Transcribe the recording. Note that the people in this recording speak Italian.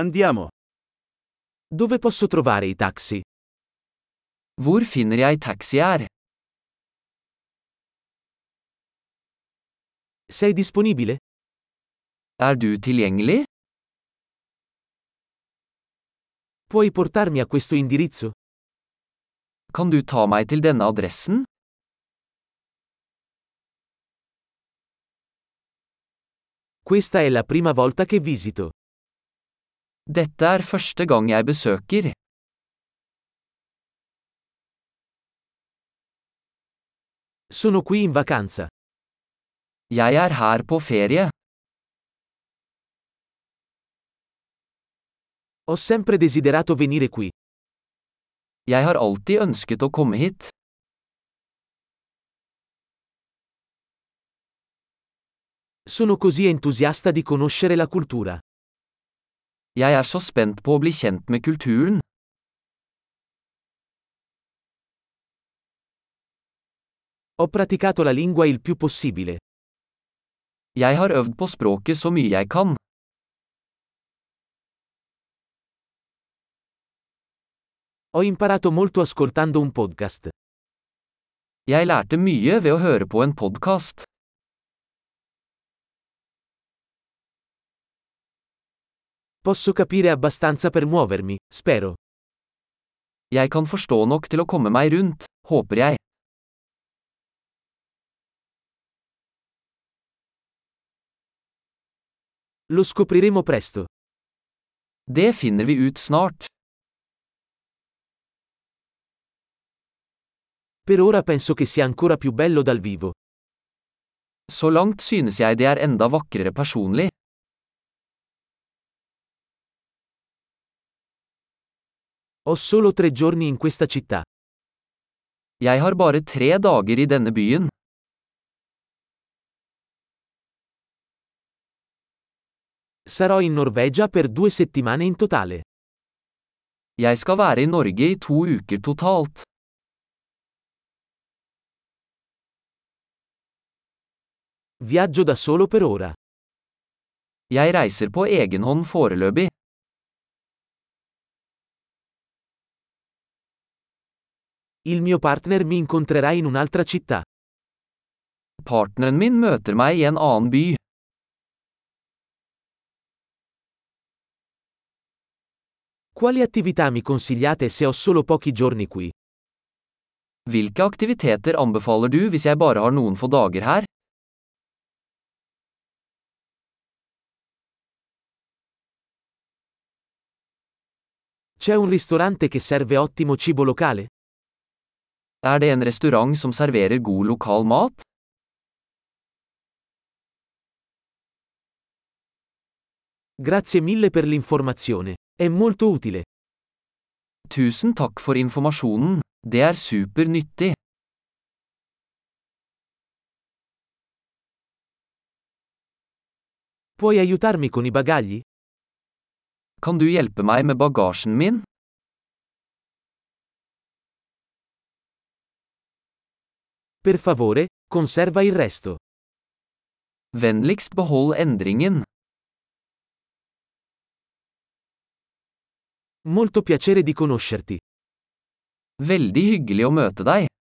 Andiamo. Dove posso trovare i taxi? Hvor finner jeg taxier? Sei disponibile? Er du tilgjengelig? Puoi portarmi a questo indirizzo? Kan du ta meg til denne adressen? Questa è la prima volta che visito. Dette er første gang jeg besøker. Sono qui in vacanza. Jeg er her på ferie. Ho sempre desiderato venire qui. Jeg har alltid ønsket å komme hit. Sono così entusiasta di conoscere la cultura. Jeg er så spent på å bli kjent med kulturen. Ho praticato la lingua il più possibile. Jeg har øvd på språket så mye jeg kan. Ho imparato molto ascoltando un podcast. Jeg lærte mye ved å høre på en podkast. Posso capire abbastanza per muovermi, spero. Jeg kan forstå nok til å komme meg rundt, håper jeg. Lo scopriremo presto. Det finner vi ut snart. Per ora penso che sia ancora più bello dal vivo. Så langt synes jeg det er enda vakrere personlig. Ho solo tre giorni in questa città. Jeg har bare tre dager i denne byen. Sarò in Norvegia per due settimane in totale. Jeg skal være i Norge i to uker totalt. Viaggio da solo per ora. Jeg reiser på egen hånd foreløpig. Il mio partner mi incontrerà in un'altra città. Partneren min møter meg i en annen by. Quali attività mi consigliate se ho solo pochi giorni qui? Hvilke aktiviteter anbefaler du hvis jeg bare har noen få dager her? C'è un ristorante che serve ottimo cibo locale? Er det en restaurant som serverer god lokal mat? Grazie mille per l'informazione. È molto utile. Tusen takk for informasjonen. Det er super nyttig. Puoi aiutarmi con i bagagli? Kan du hjelpe meg med bagasjen min? Per favore, conserva il resto. Vennligst behold endringen. Molto piacere di conoscerti. Veldig hyggelig å møte deg.